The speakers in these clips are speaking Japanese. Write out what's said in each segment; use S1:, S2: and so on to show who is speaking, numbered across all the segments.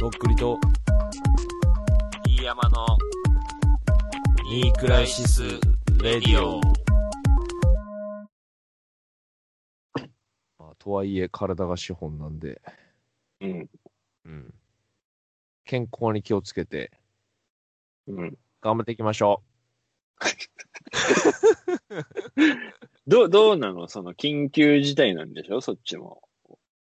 S1: とっくりと、
S2: 飯山の、ニークライシス・レディオ。
S1: まあ、とはいえ体が資本なんで、
S3: うん。
S1: うん。健康に気をつけて、
S3: うん。
S1: 頑張っていきましょ
S3: どう、どうなのその緊急事態なんでしょそっちも。
S1: う。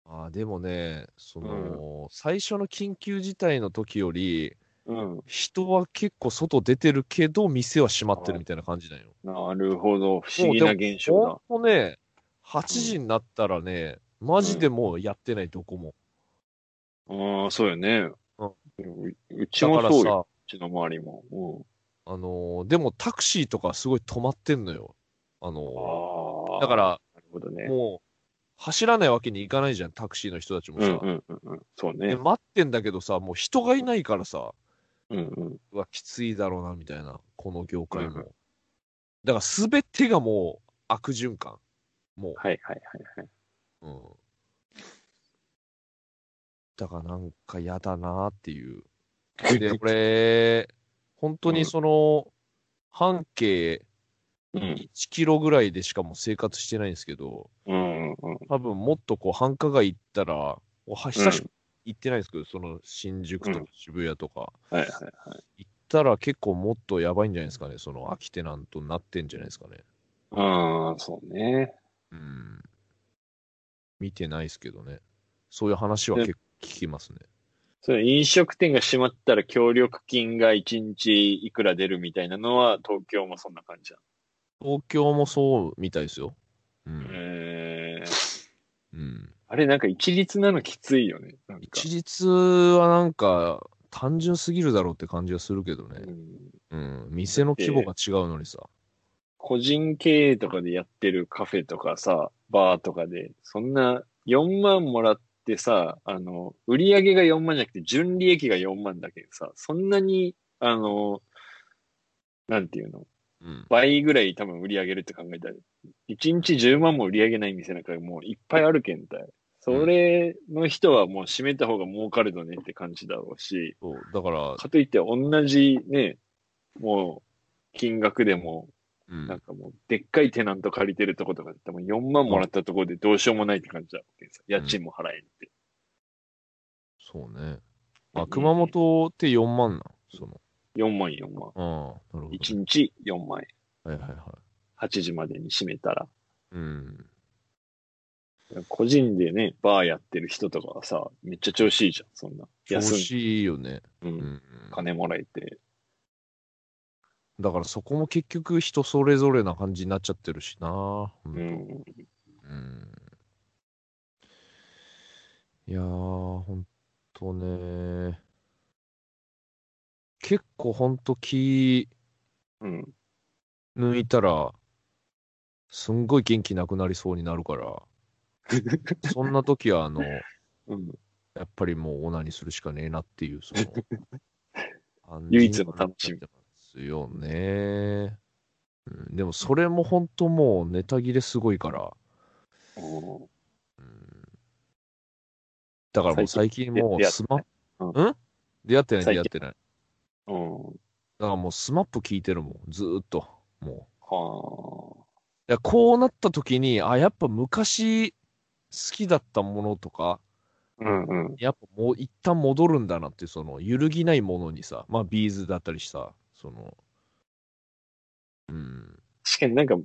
S1: ああ、でもね、その、最初の緊急事態の時より、
S3: うん。
S1: 人は結構外出てるけど、店は閉まってるみたいな感じだよ。
S3: なるほど。不思議な現象だ。
S1: ほんとね、8時になったらね、マジでもうやってない、どこも。
S3: ああ、そうよね。
S1: う
S3: ううち
S1: だ
S3: も
S1: から
S3: そうよ。
S1: さ、
S3: うちの周りも。うん。
S1: あのーでもタクシーとかすごい止まってんのよ。あの
S3: あ
S1: ー
S3: あ。
S1: だか、ら、
S3: なるほどね。
S1: もう、走らないわけにいかないじゃん、タクシーの人たちも
S3: う
S1: さ。
S3: んうんうんうん。そう
S1: で
S3: ね。
S1: 待ってんだけどさ、もう人がいないからさ、
S3: うんうん。
S1: うわ、きついだろうな、みたいな、この業界も。
S3: うんうん
S1: だから、すべてがもう悪循環。もう。
S3: はいはいはいはい。
S1: うん。だからなんか嫌だなっていう。で、俺、本当にその、半径
S3: うん。
S1: 1キロぐらいでしかもう生活してないんですけど、
S3: うんうんうん。
S1: 多分もっとこう繁華街行ったら、おは久しく行ってないんですけど、その新宿と
S3: う
S1: か
S3: ん
S1: 渋谷とか、
S3: はいはい。
S1: 行ったら結構もっとやばいんじゃないですかね、その空きテナントになってんじゃないですかね。
S3: ああ、そうね。
S1: うん。見てないですけどね。そういう話は結構聞きますね。
S3: それ飲食店が閉まったら協力金が1日いくら出るみたいなのは東京もそんな感じだ。
S1: 東京もそうみたいですよ。うん。
S3: えー、
S1: うん、
S3: あれなんか一律なのきついよね。なんか。
S1: 一律はなんか単純すぎるだろうって感じはするけど
S3: う
S1: ね。
S3: ん
S1: うん。店の規模が違うのにさ。
S3: 個人経営とかでやってるカフェとかさ、バーとかで、そんな4万もらってさ、あの、売り上げが4万じゃなくて純利益が4万だけどさ、そんなに、あの、なんていうの、
S1: うん。
S3: 倍ぐらい多分売り上げるって考えたら、1日10万も売り上げない店なんかもういっぱいあるけんたい。それの人はもう閉めた方が儲かるのねって感じだろうし、
S1: そうだから、
S3: かといって同じね、もう金額でも、
S1: うん
S3: なんかもうでっかいテナント借りてるとことかで多分4万もらったところでどうしようもないって感じだろうけんさ、家賃も払えんって。
S1: そうね。あ、熊本って4万なん。その。
S3: 4万4万。
S1: ああ、なるほどね。
S3: 1日4万円。
S1: はいはいはい。
S3: 8時までに閉めたら。
S1: うん。
S3: 個人でね、バーやってる人とかはさ、めっちゃ調子いいじゃん、そんな。
S1: 調
S3: 休ん
S1: 子いいよね。う
S3: う、
S1: んん。
S3: 金もらえて。
S1: だからそこも結局人それぞれな感じになっちゃってるしな。う
S3: う。ん。
S1: うんいやー、ほんとね。結構ほんと気
S3: うん。
S1: 抜いたら、すんごい元気なくなりそうになる から、そんな時は、あの、や
S3: うん。
S1: っぱりもうオナにするしかねえなっていう、 その、
S3: 唯一の楽
S1: 感
S3: しみ
S1: じになっちゃってますよね。うん、でもそれもほんともうネタ切れすごいから、
S3: お
S1: うんだからもう最
S3: 最
S1: 近
S3: で
S1: もう
S3: 出会って
S1: スマップ、
S3: う
S1: うん出会ってない、
S3: 最
S1: 出会って
S3: 近
S1: ない。
S3: ーうん。
S1: だからもうスマップ聞いてるもん、ずーっと。も
S3: は
S1: う。いや、こうなった時に、あ、やっぱ昔好きだったものとか、
S3: あ。うんうん。
S1: やっぱもう一旦戻るんだなっていう、その揺るぎないものにさ、まあビーズだったりさ、その、うん、
S3: 確かになんか、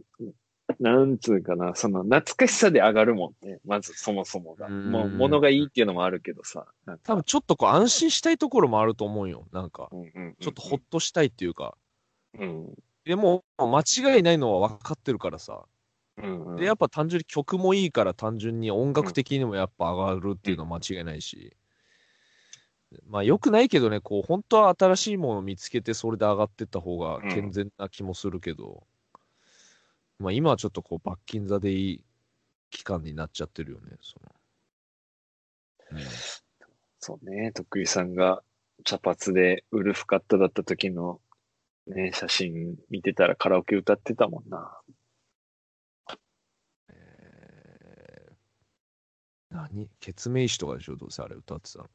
S3: なんつうかな、その懐かしさで上がるもんね。まずそもそもが。
S1: うん
S3: もう物がいいっていうのもあるけどさ。なんか
S1: 多分ちょっとこう安心したいところもあると思うよ、なんか。
S3: うんうんうん、
S1: ちょっとほっとしたいっていうか。
S3: うん。
S1: でも、間違いないのは分かってるからさ。
S3: うんうん。
S1: で、やっぱ単純に曲もいいから単純に音楽的にもやっぱ上がるっていうのは間違いないし。まあ良くないけどね、こう本当は新しいものを見つけてそれで上がってった方が健全な気もするけど、まあ今はちょっとこう罰金座でいい期間になっちゃってるよね。そのうん
S3: そうね。徳井さんが茶髪でウルフカットだった時のね、写真見てたらカラオケ歌ってたもんな。
S1: えー何ケツメイシとかでしょどうせあれ歌ってたの。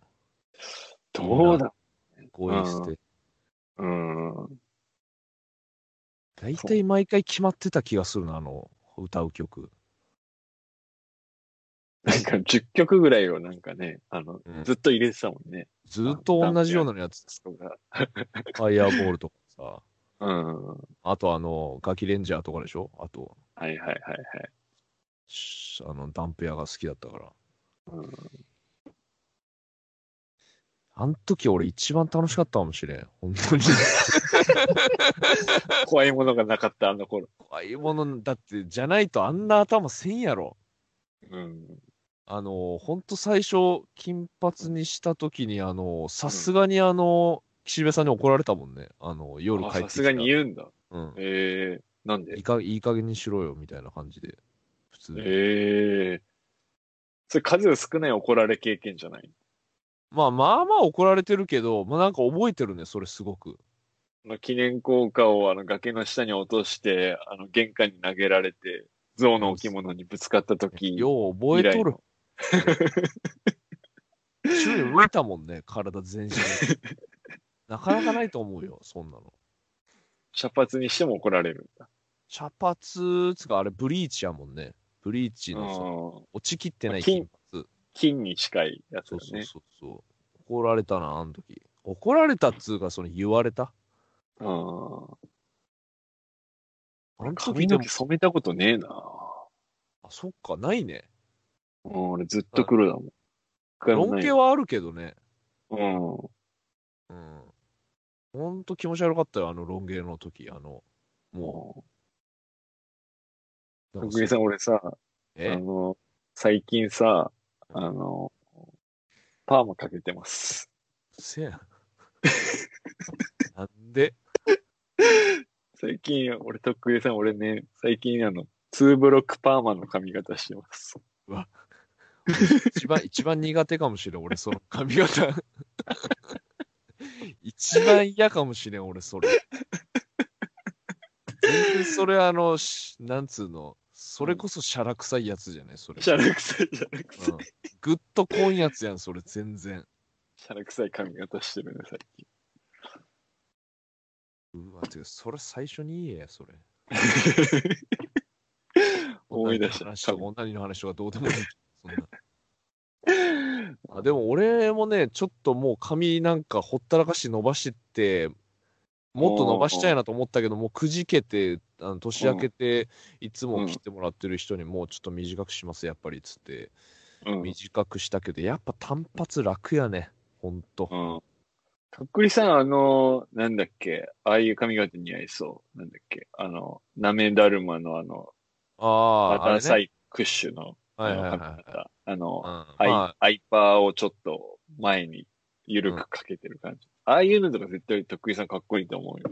S3: どうだ
S1: ゴイ捨て。
S3: うん。
S1: 大体毎回決まってた気がするな、あの、歌う曲。
S3: なんか10曲ぐらいをなんかね、あの、
S1: うん
S3: ずっと入れてたもんね。
S1: ずっと同じようなのやつ。
S3: そこが
S1: ファイアーボールとかさ。
S3: うん。は
S1: あとあの、ガキレンジャーとかでしょあと、
S3: いはいはいはい。
S1: しあの、ダンペアが好きだったから。
S3: うん
S1: あん時俺一番楽しかったかもしれん。本当 に。
S3: 怖いものがなかったあの頃。
S1: 怖いもの、だって、じゃないとあんな頭せんやろ。
S3: うん。
S1: あの、ほんと最初、金髪にした時に、あの、さすがにあの、岸辺さんに怒られたもんね。あの、夜
S3: あ
S1: 帰ってきた
S3: さすがに言うんだ。
S1: うん。
S3: ええなん
S1: いい
S3: で
S1: かいい加減にしろよ、みたいな感じで。普通に。
S3: ええそれ数少ない怒られ経験じゃない
S1: まあまあまあ怒られてるけど、まあなんか覚えてるね、それすごく。
S3: あの記念硬貨をあの崖の下に落として、あの玄関に投げられて、象の置物にぶつかった時。
S1: よう覚えとる。宙に浮いたもんね、体全身。なかなかないと思うよ、そんなの。
S3: 茶髪にしても怒られるんだ。
S1: 茶髪つかあれブリーチやもんね。ブリーチのさ、
S3: うん
S1: 落ちきってない
S3: 金
S1: 金髪。
S3: 金に近いやつ
S1: そう
S3: だ
S1: そ
S3: ね
S1: う。そうそう。怒られたな、あの時。怒られたっつうか、その言われた。あ
S3: う
S1: の
S3: ん。
S1: 時
S3: 髪
S1: で
S3: の
S1: も
S3: 毛、染めたことねえな。
S1: あ、そっか、ないね。
S3: うん、俺ずっと黒だもん。一回
S1: ロ
S3: も
S1: ン
S3: ない
S1: 毛はあるけどね。
S3: うん。
S1: うん。ほんと気持ち悪かったよ、あのロン毛の時。あの、も
S3: も
S1: う。
S3: う、
S1: なん
S3: 徳
S1: かそう
S3: 井さん、俺さ、あ
S1: え
S3: の、最近さ、あの、パーマかけてます。
S1: せやん。なんで
S3: 最近、俺、徳井さん、俺ね、最近、あの、ツーブロックパーマの髪型してます。
S1: 一番、一番苦手かもしれん、俺、その髪型。一番嫌かもしれん、俺、それ。全然それ、あの、しなんつうの、それこそシャラ臭いやつじゃない、それ。
S3: シャラ臭い、シャラ
S1: う
S3: 臭
S1: ん
S3: い。
S1: ぐっとこんやつやん、それ、全然。
S3: シャラ臭い髪型してるね、最近。
S1: うわ、てか、それ最初に言えや、それ。
S3: 思い出した
S1: 女の話とか女の話とかどうでもいい。そんなあでも俺もね、ちょっともう髪なんかほったらかし伸ばしてって、もっと伸ばしたいなと思ったけど、もうくじけて、あの年明けて、いつも切ってもらってる人に、もうちょっと短くします、やっぱりっつって、
S3: うん。うん。
S1: 短くしたけど、やっぱ単発楽やね、ほんと。
S3: 徳井さん、あの、なんだっけ、ああいう髪型似合いそう。なんだっけ、あの、なめだるまのあの、
S1: あ
S3: バ
S1: あ、
S3: タ
S1: あ
S3: ー
S1: れ
S3: サ
S1: ね。
S3: イクッシュの
S1: はいはい
S3: あ
S1: はい
S3: の
S1: は
S3: 髪
S1: い。
S3: 型。あの、
S1: うん
S3: アイ,、
S1: ま
S3: アイパーをちょっと前に緩くかけてる感じ。ああいうのとか絶対徳井さんかっこいいと思うよ。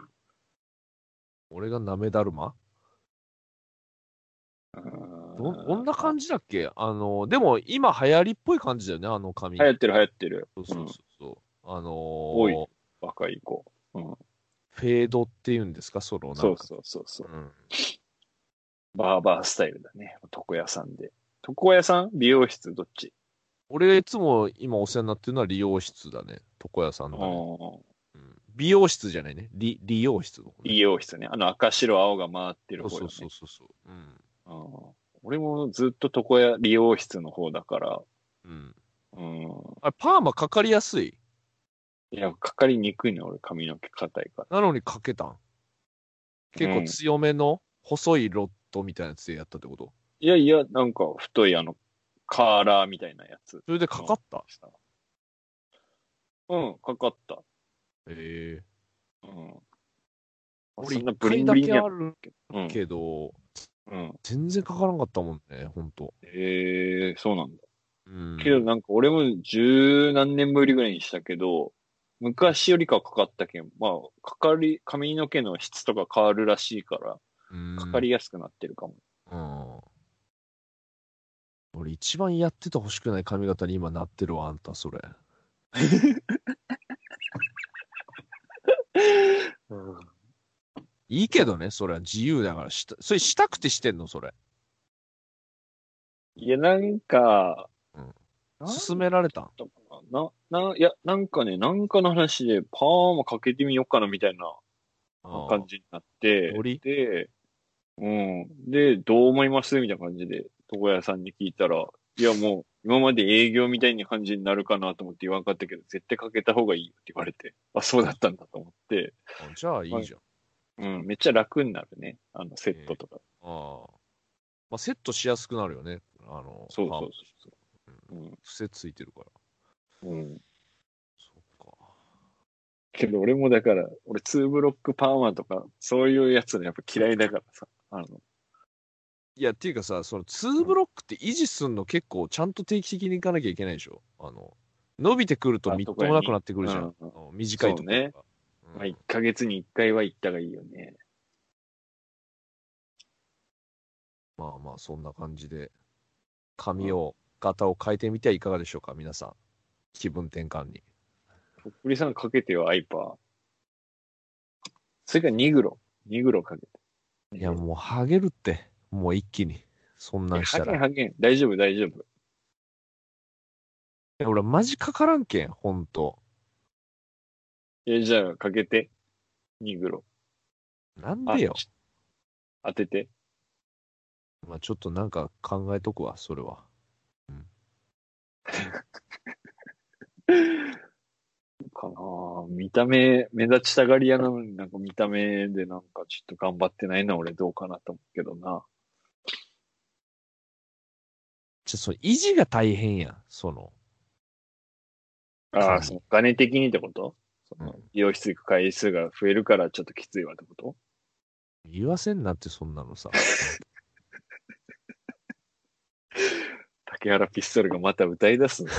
S1: 俺がなめだるまどどんな感
S3: じ
S1: じだっけあの、でも今流行りっぽい感じだよね、あの髪。
S3: 流行ってる流行ってる。
S1: そうそうそうそう。あのー
S3: 多い若い子。
S1: フェードっていうんですか、そのなんか
S3: そうそうそうそう。
S1: うん
S3: バーバースタイルだね。床屋さんで。床屋さん美容室どっち
S1: 俺がいつも今お世話になってるのは理容室だね。床屋さん
S3: あ
S1: だね。
S3: ー
S1: うん美容室じゃないね。理理容室の方ね、
S3: 美容室ね。あの赤白青が回ってる
S1: そう
S3: 方だ
S1: そ
S3: ね
S1: う。そうそうそう。うん。
S3: うん俺もずっと床屋、美容室の方だから。
S1: うん。
S3: うん。
S1: あれ、パーマかかりやすい。
S3: いや、かかりにくいね、俺髪の毛硬いから。
S1: なのにかけたん。結
S3: う
S1: 構
S3: ん
S1: 強めの細いロットみたいなやつでやったってこと
S3: いやいや、なんか太いあの、カーラーみたいなやつ。
S1: それでかかった。
S3: うん、かかった。
S1: へえ。
S3: うん。
S1: 俺
S3: そんな
S1: 一
S3: ブリ
S1: 回
S3: ン
S1: だ
S3: ブリン
S1: け
S3: や
S1: ある
S3: うん。
S1: けど、
S3: うん。
S1: 全然かからんかったもんね、ほんと。
S3: ええそうなんだ。
S1: うん。
S3: けどなんか俺も十何年ぶりぐらいにしたけど、昔よりかはかかったけん、まあ、かかり、髪の毛の質とか変わるらしいから、
S1: うん
S3: かかりやすくなってるかも。
S1: うん。俺一番やっててほしくない髪型に今なってるわ、あんた、それ。
S3: うん。
S1: いいけどね、それは自由だから。したそれしたくてしてんの、それ。
S3: いや、なんか
S1: うん、
S3: なん
S1: 勧められたん
S3: だったかななな、いや、なんかね、なんかの話で、パーマかけてみようかなみたいな
S1: あ
S3: 感じになって
S1: ノリ、
S3: で、うん。で、どう思いますみたいな感じで、床屋さんに聞いたら、いやもう、今まで営業みたいな感じになるかなと思って言わんかったけど、絶対かけた方がいいよって言われて、あ、そうだったんだと思って、
S1: あじゃあいいじゃん。
S3: うん、めっちゃ楽になるね。あの、セットとか。
S1: ああまあ、セットしやすくなるよね。あの、
S3: そう
S1: パーマ
S3: そうそう。うん。
S1: 伏せついてるから。
S3: うん。
S1: そっか。
S3: けど俺もだから、俺ツーブロックパーマとか、そういうやつのやっぱ嫌いだからさ、あの、
S1: いや、っていうかさ、その2ブロックって維持すんの結構ちゃんと定期的にいかなきゃいけないでしょ。あの、伸びてくると
S3: あ
S1: みっともなくなってくるじゃん。
S3: うん
S1: あの短いところが
S3: そうね
S1: うん
S3: まあ、1ヶ月に1回は行ったがいいよね。
S1: まあまあ、そんな感じで、髪を、型を変えてみてはいかがでしょうか、皆さん。気分転換に。
S3: とっくりさんかけてよ、アイパー。それからニグロ。ニグロかけて。
S1: いや、もう、ハゲるって、もう一気に。そんなんし
S3: ハ
S1: た
S3: ゲン
S1: ら。
S3: ハゲン。大丈夫、大丈夫。
S1: いや俺、マジかからんけん、ほんと。
S3: え、じゃあ、かけて。ニグロ。
S1: なん
S3: あ
S1: でよ。
S3: ち当てて。
S1: まあ、ちょっとなんか考えとくわ、それは。
S3: かなぁ見た目、目立ちたがり屋なのになんか見た目でなんかちょっと頑張ってないな、俺どうかなと思うけどな。
S1: じゃ、その維持が大変やん、その。
S3: あ
S1: う
S3: あ、
S1: ん
S3: そのお金的にってことその
S1: う
S3: 美容室行く回数が増えるからちょっときついわってこと
S1: 言わせんなって、そんなのさ。
S3: 竹原ピストルがまた歌い出すの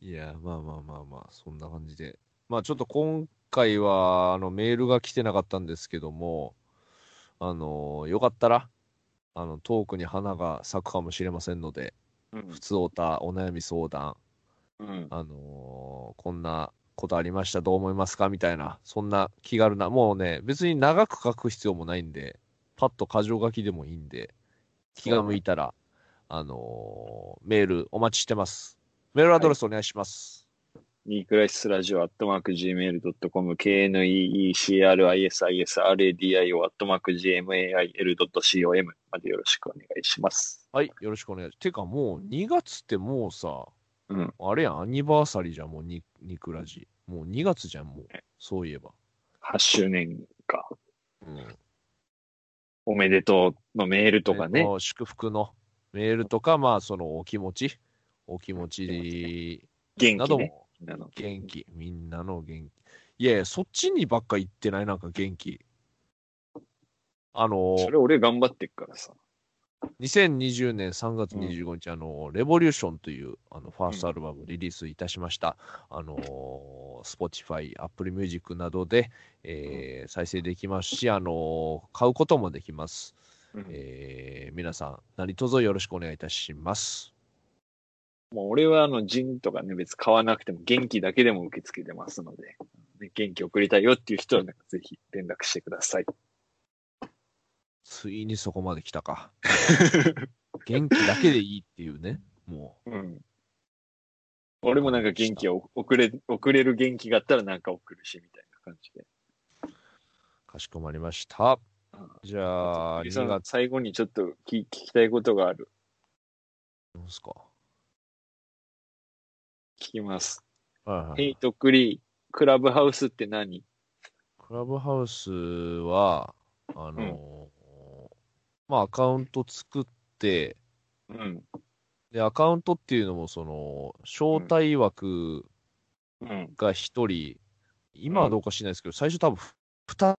S1: いや、まあまあまあまあ、そんな感じで。まあちょっと今回は、あの、メールが来てなかったんですけども、あの、よかったら、あの、トークに花が咲くかもしれませんので、
S3: うん
S1: 普。通おた、お悩み相談、
S3: うん。
S1: あのこんなことありました、どう思いますかみたいな、そんな気軽な、もうね、別に長く書く必要もないんで、パッと箇条書きでもいいんで、気が向いたら、あのメールお待ちしてます。メールアドレスお願いします。
S3: ニークライシスラジオアットマーク Gmail.com、KNEECRISISRADIO アットマーク GMAIL.com までよろしくお願いします。
S1: はい、よろしくお願いします。てかもう2月ってもうさ、
S3: うん
S1: あれやん、アニバーサリーじゃん、もうニニクラジ。もう2月じゃん、もう。そういえば。
S3: 8周年か。
S1: うん、
S3: おめでとうのメールとか
S1: えっ
S3: ね。
S1: と祝福のメールとか、まあそのお気持ち、お気持ち
S3: 元
S1: な
S3: 気
S1: ど
S3: ね。
S1: も
S3: みんなの
S1: 元気、みんなの元気。いやいや、そっちにばっか行ってない、なんか元気。あの、
S3: それ俺頑張ってっからさ。
S1: 2020年3月25日、あの、レボリューションという、あの、ファーストアルバムをリリースいたしました。あの、Spotify、Apple Music などで、えー再生できますし、あの、買うこともできます。
S3: うん
S1: えー皆さん、何卒よろしくお願いいたします。
S3: もう俺はあの、ジンとかね、別に買わなくても元気だけでも受け付けてますので、ね元気送りたいよっていう人はなんかぜひ連絡してください。
S1: ついにそこまで来たか。元気だけでいいっていうね、も
S3: うん。俺もなんか元気を送れ、送れる元気があったらなんか送るし、みたいな感じで。
S1: う、かしこまりました
S3: うん。
S1: じゃあ、
S3: リさ
S1: 2
S3: ん
S1: 月
S3: 最後にちょっと聞聞きたいことがある。
S1: ですか。
S3: 聞きます。
S1: はいはい
S3: ヘイトクリー、クラブハウスって何
S1: クラブハウスは、あのーまあ、アカウント作って、
S3: うん。
S1: で、アカウントっていうのも、その、招待枠
S3: うん。
S1: が一人、今はどうか知らないですけど、最初多分、二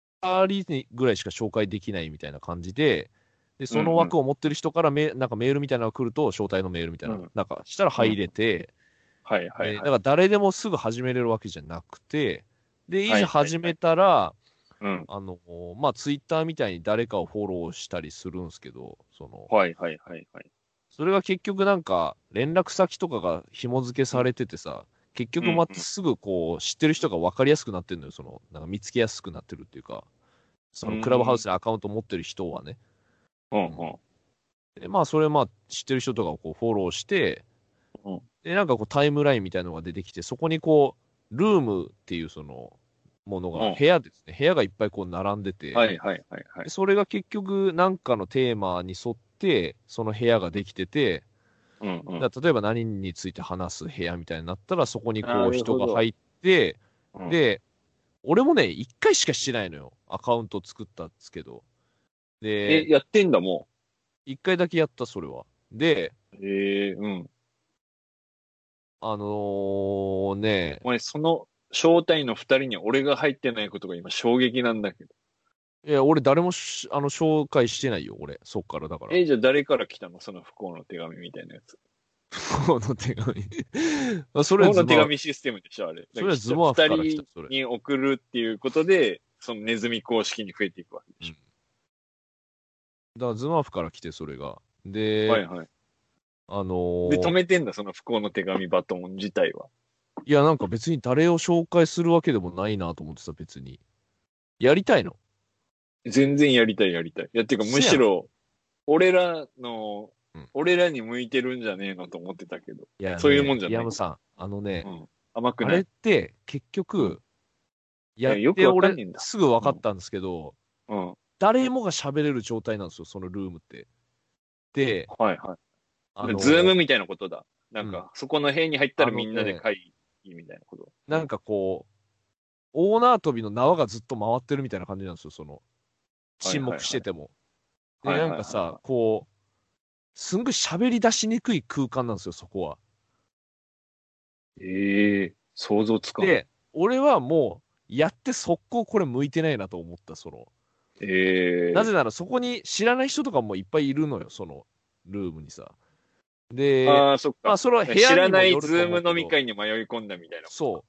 S1: 人にぐらいしか紹介できないみたいな感じで、で、その枠を持ってる人からメ、なんかメールみたいなのが来ると、招待のメールみたいな、
S3: うん
S1: なんか、したら入れて、
S3: はいはい
S1: えーだ
S3: は
S1: か
S3: い。
S1: ら誰でもすぐ始めれるわけじゃなくて、で、い
S3: はい
S1: ざ始めたら、
S3: うん。
S1: あの、まあ、ツイッターみたいに誰かをフォローしたりするんですけど、その、
S3: はいはいはいはい。
S1: それが結局なんか、連絡先とかが紐付けされててさ、結局ま
S3: うんうん
S1: すぐこう、知ってる人が分かりやすくなってるのよ、その、なんか見つけやすくなってるっていうか、そのクラブハウスのアカウント持ってる人はね。
S3: うんうん。
S1: で、まあ、それ、まあ、知ってる人とかをこうフォローして、
S3: うん
S1: で、なんかこう、タイムラインみたいなのが出てきて、そこにこう、ルームっていうその、もの
S3: う
S1: が、
S3: ん
S1: 部屋ですね、部屋がいっぱいこう、並んでて、
S3: はいはいはいはい
S1: で。それが結局、なんかのテーマに沿って、その部屋ができてて、
S3: うんうん。
S1: だから例えば何について話す部屋みたいになったら、そこに
S3: な
S1: こう、
S3: るほ
S1: 人
S3: ど
S1: が入って、
S3: うん、
S1: で、俺もね、一回しかしてないのよ。アカウント作ったんですけど。
S3: え、
S1: で、
S3: やってんだも
S1: 一回だけやった、それは。で、
S3: ん。ええうん。
S1: あのーね、
S3: お前、その、招待の二人に俺が入ってないことが今衝撃なんだけど。
S1: いや、俺誰もしあの、紹介してないよ、俺。そっから、だから。
S3: え、じゃあ誰から来たのその不幸の手紙みたいなやつ。
S1: この手紙。 まあそ
S3: 不
S1: れは
S3: 幸
S1: ズ
S3: の手
S1: マ、
S3: 紙システムでしょ、あれ。
S1: それはズマフから来た
S3: 二、
S1: それ
S3: 人。に送るっていうことで、そのネズミ公式に増えていくわけでし
S1: だからズマフから来て、それが。
S3: ょ。
S1: で、
S3: はいはい。
S1: あのー
S3: で、止めてんだ、その不幸の手紙バトン自体は。
S1: いや、なんか別に誰を紹介するわけでもないなと思ってた、別に。やりたいの
S3: 全然やりたいやりたい。いや、っていうか
S1: せやん
S3: むしろ、俺らの、
S1: うん
S3: 俺らに向いてるんじゃねえのと思ってたけど。
S1: いや、
S3: そういうもんじゃない
S1: ね山さん、あのね、
S3: うん。甘く
S1: あ
S3: な
S1: れ
S3: い
S1: っ。て結局、
S3: や
S1: やっ
S3: よく
S1: て
S3: わかんねえ
S1: 俺
S3: んだ
S1: すぐ分かったんですけど、
S3: うん。は
S1: 誰もが喋れる状態なんですよ、そのルームって。で、
S3: いは
S1: あ
S3: い。
S1: の
S3: ズームみたいなことだ。なん
S1: うん
S3: か、そこの部屋に入ったらみんな
S1: あの
S3: で
S1: ね
S3: 会議みたいなこと。
S1: なんかこう、大縄跳びの縄がずっと回ってるみたいな感じなんですよ、その、
S3: はいはい
S1: 沈
S3: はい
S1: 黙してても。で、
S3: はいはい
S1: な
S3: はい
S1: んかさ、こう、すんごい喋り出しにくい空間なんですよ、そこは。
S3: ええ想像つかん。え
S1: で、俺はもう、やって速攻これ向いてないなと思った、その。
S3: え
S1: なぜならそこに知らない人とかもいっぱいいるのよ、そのルームにさ。で、
S3: ああ、そっ
S1: ま
S3: か
S1: あ。それは部屋にも
S3: 知らない
S1: よると
S3: ズ
S1: 思う
S3: ー
S1: けど
S3: ム飲み会に迷い込んだみたいな。
S1: そう。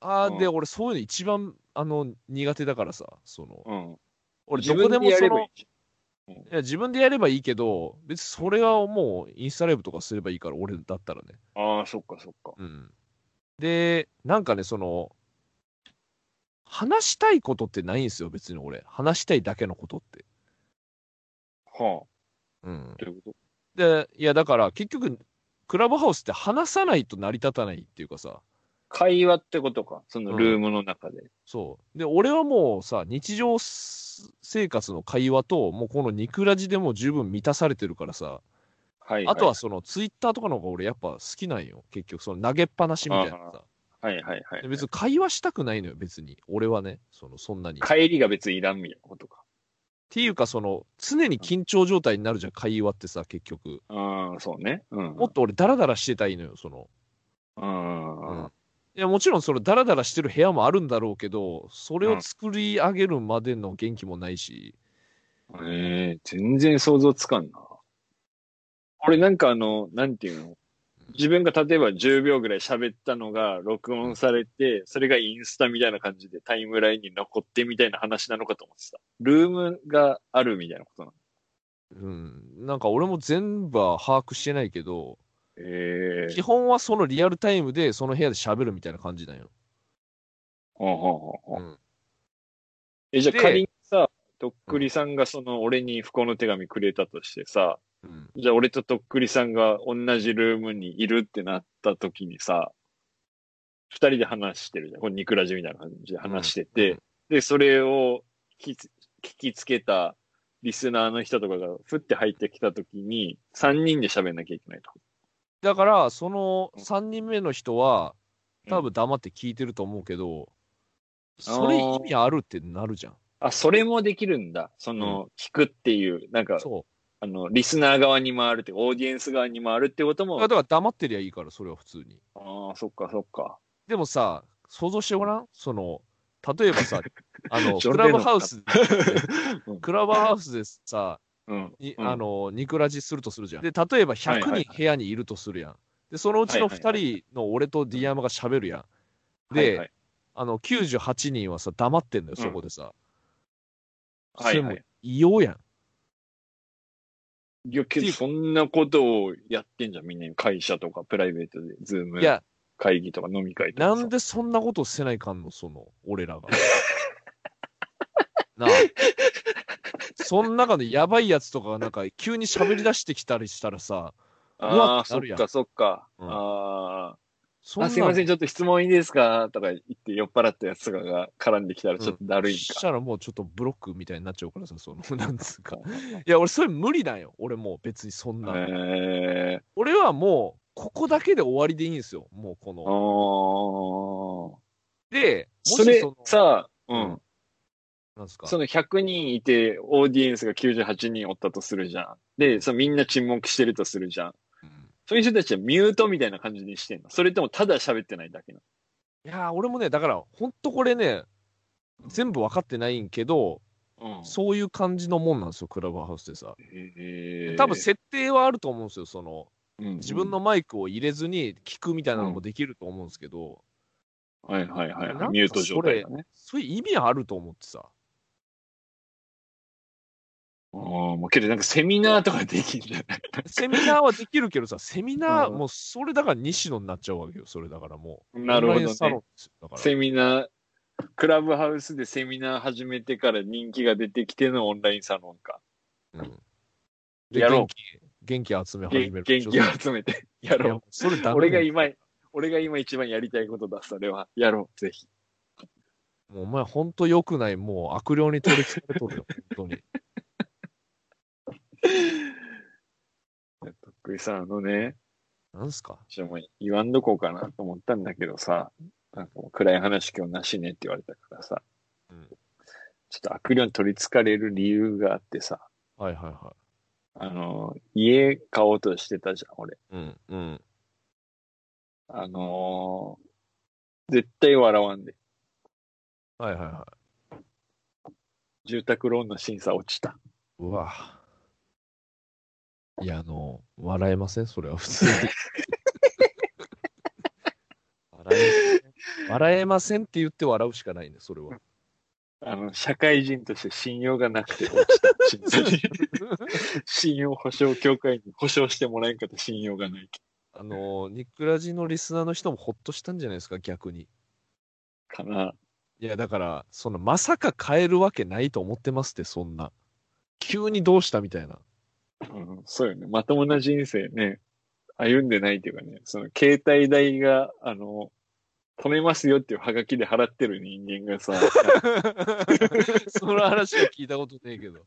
S1: ああ、
S3: うん
S1: で、俺そういうの一番、あの、苦手だからさ、その、
S3: うん。
S1: 俺
S3: 自
S1: どこ
S3: 分
S1: で
S3: で
S1: も
S3: や
S1: そ
S3: ればい
S1: の、
S3: いじ
S1: いや自分でやればいいけど、別にそれはもうインスタライブとかすればいいから、俺だったらね。
S3: ゃん。ああ、そっかそっか。
S1: うん。で、なんかね、その、話したいことってないんですよ、別に俺。話したいだけのことって。
S3: は
S1: うん
S3: あ、。というこ
S1: で、いや、だから結局、クラブハウスって話さないと成り立たないっていうかさ、
S3: と。会話ってことか。そのルームの中で。
S1: そう。で、俺はもうさ、日常す生活の会話と、もうこのニクラジでもう十分満たされてるからさ、
S3: はい、
S1: あとは、そのツイッターとかの方が俺やっぱ好きなんよ。結局、その投げっぱなしみたいなさ。
S3: はいはいはい。
S1: で別に会話したくないのよ、別に。俺はね、その、そんなに。っ
S3: 帰りが別にいらんみたいなことか。
S1: ていうか、その、常に緊張状態になるじゃん、会話ってさ、結局。
S3: ああ、そうね。うん。
S1: もっと俺、ダラダラしてたいのよ、その。
S3: うん。
S1: うんいや、もちろんそのダラダラしてる部屋もあるんだろうけど、それを作り上げるまでの元気もないし、
S3: ええ全然想像つかんな。俺なんかあの、なんていうの自分が例えば10秒ぐらい喋ったのが録音されて、それがインスタみたいな感じでタイムラインに残ってみたいな話なのかと思ってた。ルームがあるみたいなことなの。
S1: うん、なんか俺も全部は把握してないけど、
S3: ええ
S1: 基本はそのリアルタイムでその部屋で喋るみたいな感じなんよ。
S3: ほうほうほうほう
S1: うん
S3: え、じゃあ
S1: で
S3: 仮にさ、とっくりさんがその俺に不幸の手紙くれたとしてさ、
S1: うん、
S3: じゃあ俺ととっくりさんが同じルームにいるってなった時にさ、二人で話してるじゃん。これニクラジみたいな感じで話してて、
S1: うん
S3: で、それを聞きつ聞きつけたリスナーの人とかがふって入ってきた時に、三人で喋んなきゃいけないと。
S1: だから、その3人目の人は、多
S3: うん
S1: 分黙って聞いてると思うけど、それ意味あるってなるじゃん。
S3: あ、それもできるんだ。その、聞くっていう、なんか、
S1: そ
S3: あの、リスナー側に回るって、オーディエンス側に回るってこと
S1: う。
S3: も、
S1: だ
S3: あ
S1: から黙ってりゃいいから、それは普通に。
S3: あー、そっかそっか。
S1: でもさ、想像してごらんその、例えば さ、あの、
S3: ジョ
S1: ク
S3: ンレノ
S1: ラブ
S3: ン
S1: ハウス、
S3: うん
S1: クラブハウスでさ、
S3: うん。
S1: に
S3: うん
S1: あの、ニクラジするとするじゃん。で、例えば
S3: はいはいは
S1: 100
S3: い
S1: 人部屋にいるとするやん。で、そのうちの
S3: はいはいはい
S1: 2人の俺とディアマが喋るやん。
S3: はい
S1: で
S3: はい、
S1: あの、98人はさ、黙ってんのよ、
S3: うん
S1: そこでさ。そ
S3: はいはい
S1: れも異様やん。
S3: いや、けど、そんなことをやってんじゃん、みんな。会社とか、プライベートで、ズーム
S1: いや、
S3: 会議とか飲み会と
S1: な
S3: かさ。
S1: んでそんなことせ ないかんの、その、俺らが。なあ。その中でやばいやつとかがなんか急に喋り出してきたりしたらさ、う
S3: あ
S1: わ
S3: あ、
S1: ってな
S3: そっ
S1: るやん
S3: かそっか。
S1: うん
S3: あ
S1: そ
S3: ーあ、すいません、ちょっと質問いいですかとか言って酔っ払ったやつとかが絡んできたらちょっとだるいん
S1: し
S3: か。
S1: たらもうちょっとブロックみたいになっちゃうからさ、そ の、なんつうか。いや、俺それ無理なんよ。俺もう別にそんな。
S3: へえ
S1: 俺はもう、ここだけで終わりでいいんですよ。もうこ
S3: あ
S1: の。
S3: あー。
S1: で、も
S3: そ
S1: し
S3: れ
S1: その、
S3: さ、う
S1: うんん。なんですか。
S3: その100人いて、オーディエンスが98人おったとするじゃん。で、そのみんな沈黙してるとするじゃん。
S1: うん
S3: そういう人たちはミュートみたいな感じにしてんのそれともただ喋ってないだけない
S1: やー、俺もね、だから、ほんとこれね、全部わかってないんけど、
S3: の
S1: そういう感じのもんなんですよ、クラブハウスでさ。
S3: へー
S1: 多分設定はあると思うんですよ、その、
S3: うん
S1: 自分のマイクを入れずに聞くみたいなのもできると思うんですけど、
S3: はいはいはい
S1: なんか
S3: はい。ミュート状態だね。
S1: そういう意味あると思ってさ。
S3: ああ、もうけどなんかセミナーとかできるじゃない
S1: セミナーはできるけどさ、セミナー、
S3: うん
S1: もうそれだから西野になっちゃうわけよ、それだからもう。
S3: なるほど
S1: オン
S3: ね
S1: ラインサロンですよだから
S3: セミナー、クラブハウスでセミナー始めてから人気が出てきてのオンラインサロンか。
S1: うんで
S3: やろう
S1: 元気、元気集め始
S3: げ
S1: める
S3: 元
S1: でしょ。
S3: 気を集めて
S1: い
S3: や
S1: や
S3: ろう
S1: もう。それダメ
S3: 俺が
S1: も
S3: 今、俺が今一番やりたいことだ、それは。やろう、ぜひ。
S1: うお前ほんと良くない、もう悪霊に取り付かれとるよ、本当 に。
S3: とっくりさん、あのね、
S1: なんすか
S3: ちょっともう言わんどこうかなと思ったんだけどさ、なんかもう暗い話今日なしねって言われたからさ、
S1: うん
S3: ちょっと悪霊に取りつかれる理由があってさ、
S1: はいはいは
S3: あの、家買おうとしてたじゃん、
S1: い。
S3: 俺。
S1: うん、うん。
S3: あのー絶対笑わんで。
S1: はいはいは
S3: 住宅ローンの審査落ちた。
S1: い。うわいや、あの、笑えませんそれは普 通に。笑えません笑えませんって言って笑うしかないね、それは。
S3: あの、社会人として信用がなくて落ちた。審査に信用保証協会に保証してもらえんかった信用がない。
S1: あのー、ニクラジのリスナーの人もほっとしたんじゃないですか、逆に。
S3: かな。
S1: いや、だから、その、まさか変えるわけないと思ってますって、そんな。急にどうしたみたいな。
S3: うん、そうよね。まともな人生ね、歩んでないっていうかね、その携帯代が、あの、止めますよっていうハガキで払ってる人間がさ、
S1: その話は聞いたことねえけど。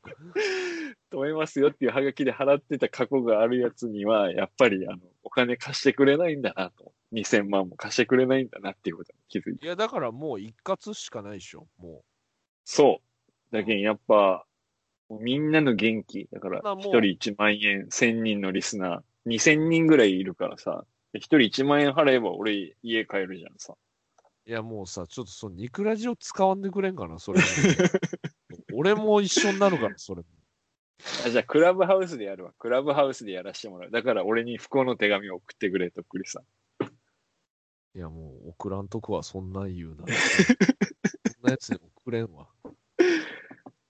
S3: 止めますよっていうハガキで払ってた過去があるやつには、やっぱりあの、お金貸してくれないんだなと。2000万も貸してくれないんだなっていうことに気づいた。
S1: いや、だからもう一括しかないでしょ、も
S3: そう。だけどやっぱ、もうみんなの元気。だから、
S1: まあ
S3: 1
S1: もう
S3: 人1万円、1000人のリスナー、2000人ぐらいいるからさ、で1人1万円払えば俺家買えるじゃんさ。
S1: う。いや、もうさ、ちょっとその、ニクラジを使わんでくれんかな、それ。俺も一緒になるから、それ。
S3: あじゃあ、クラブハウスでやるわ。クラブハウスでやらしてもらう。だから、俺に不幸の手紙を送ってくれ、とっくりさん。
S1: いや、もう、送らんとこはそんなん言うな。そんなやつに送れんわ。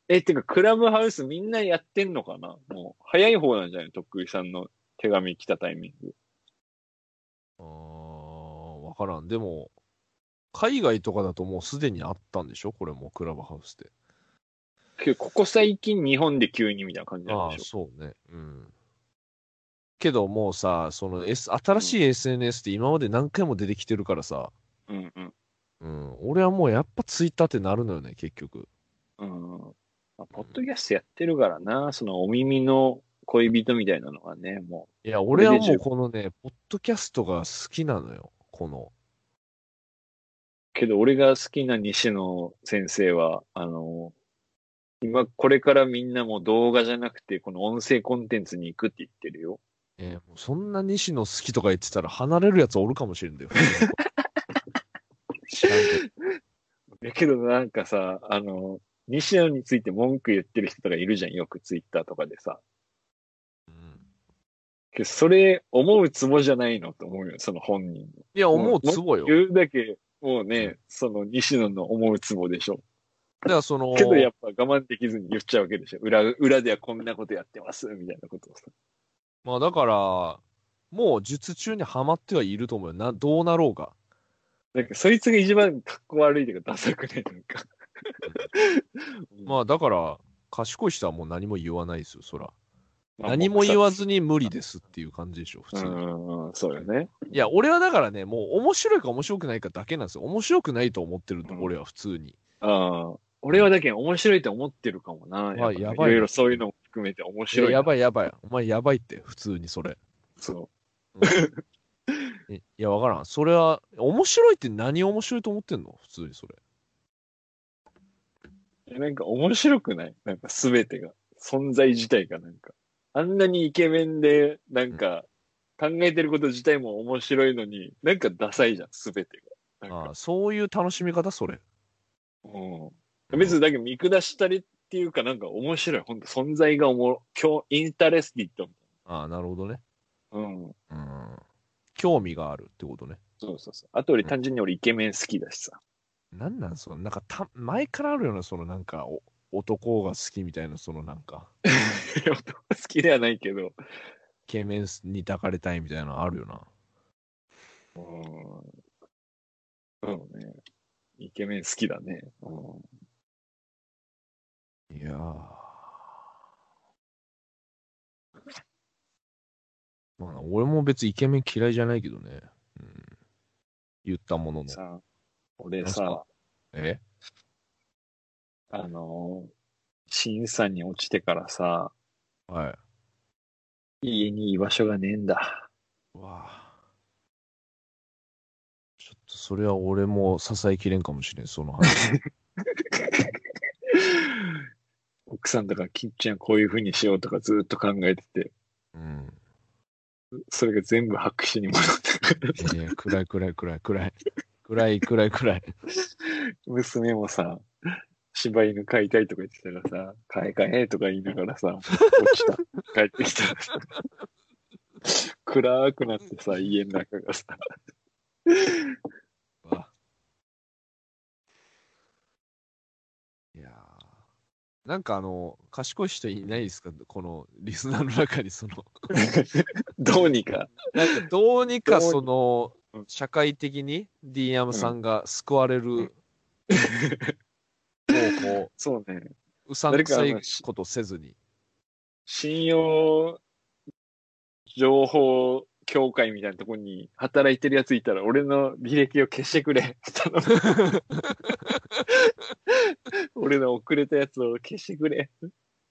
S3: え、てか、クラブハウスみんなやってんのかなもう、早い方なんじゃないとっくりさんの手紙来たタイミング。
S1: あーわからん。でも、海外とかだともうすでにあったんでしょこれもクラブハウスで。
S3: けど、ここ最近日本で急にみたいな感じなん
S1: ああ
S3: で、し
S1: そうね。うん。けどもうさ、その、S、新しい SNS って今まで何回も出てきてるからさ、
S3: ょ。うんうん。
S1: うん、俺はもうやっぱツイッターってなるのよね、結局。
S3: うん。まあ、ポッドキャストやってるからな、そのお耳の恋人みたいなのがね、も
S1: いや、俺はも
S3: これ
S1: う
S3: で十
S1: このね、ポッドキャストが好きなのよ。この。
S3: う。けど、俺が好きな西野先生は、あの、今、これからみんなも動画じゃなくて、この音声コンテンツに行くって言ってるよ。
S1: えーもうそんな西野好きとか言ってたら離れるやつおるかもしれん だよ。知らんけど
S3: だけどなんかさ、あの、西野について文句言ってる人とかいるじゃん、よくツイッターとかでさ。
S1: うん
S3: けどそれ、思うツボじゃないのと思うよ、その本人
S1: いや、
S3: の。
S1: 思うツボよ。
S3: 言うだけ、もうね、その西野の思うツボでしょ。
S1: だからその、
S3: けどやっぱ我慢できずに言っちゃうわけでしょ。裏、裏ではこんなことやってます、みたいなことをさ。
S1: まあだから、もう術中にはまってはいると思うよ。などうなろうが。
S3: なんか、そいつが一番格好悪いというか、ダサくないなんか。
S1: まあだから、賢い人はもう何も言わないですよ、そら。
S3: まあ
S1: 何も言わずに無理ですっていう感じでしょ、普
S3: う
S1: 通に。
S3: ん、うん、そうよね。
S1: いや、俺はだからね、もう面白いか面白くないかだけなんですよ。面白くないと思ってるんで、
S3: うん
S1: 俺は普通に。
S3: ああ、俺はだけど面白いと思ってるかも
S1: ま
S3: な。
S1: あ
S3: っぱ
S1: やばい
S3: いろいろそういうのも含めて面
S1: いや
S3: 白い。
S1: やば
S3: い。
S1: いやばい。お前やばいって、普通にそれ。
S3: そ
S1: えいや、わからん。それは、面白いって何面白いと思ってんの普通にそれ。
S3: う。なんか面白くないなんか全てが。存在自体がなんか。あんなにイケメンで、なんか、考えてること自体も面白いのに、なんかダサいじゃん、全てが。なん
S1: あ
S3: か
S1: あ、そういう楽しみ方それ。
S3: うん。別にだけど見下したりっていうか、なんか面白い。本当存在がおもろ、今日、インタレスティッド。
S1: ああ、なるほどね。
S3: うん。
S1: うん。興味があるってことね。
S3: そうそうそう。あとより単純に俺イケメン好きだしさ。
S1: なんなんその、なんかた、前からあるような、そのなんか、お男が好きみたいな、そのなんか、
S3: 男好きではないけど。
S1: イケメンに抱かれたいみたいなのあるよな。
S3: うん。そうね。イケメン好きだね。うん。
S1: いやー。まあ、俺も別にイケメン嫌いじゃないけどね。うん。言ったものの。
S3: さ、俺
S1: なんす
S3: さ
S1: か、え
S3: あのー、審査に落ちてからさ、
S1: はい。
S3: 家に居場所がねえんだ。
S1: うわあちょっとそれは俺も支えきれんかもしれん、その話。
S3: 奥さんとかキッチンはこういう風にしようとかずっと考えてて、
S1: うん。
S3: それが全部白紙に戻ってくる。
S1: いやいや、暗い暗い暗い暗い。暗い暗い暗い。
S3: 娘もさ、柴犬飼いたいとか言ってたらさ、飼え飼えとか言いながらさ、落ちた。帰ってきたらさ、暗くなってさ、家の中がさ、
S1: わいやーなんかあの、賢い人いないですか このリスナーの中にそ の、
S3: どうにか。
S1: なんかどうにか
S3: どうに
S1: その
S3: うん、
S1: 社会的に DM さんが救われる、もうこ
S3: そうね。
S1: う、うさんくさ
S3: 誰かあ
S1: い
S3: のし
S1: ことせずに。
S3: 信用情報協会みたいなとこに働いてるやついたら、俺の履歴を消してくれ。頼む俺の遅れたやつを消してくれ。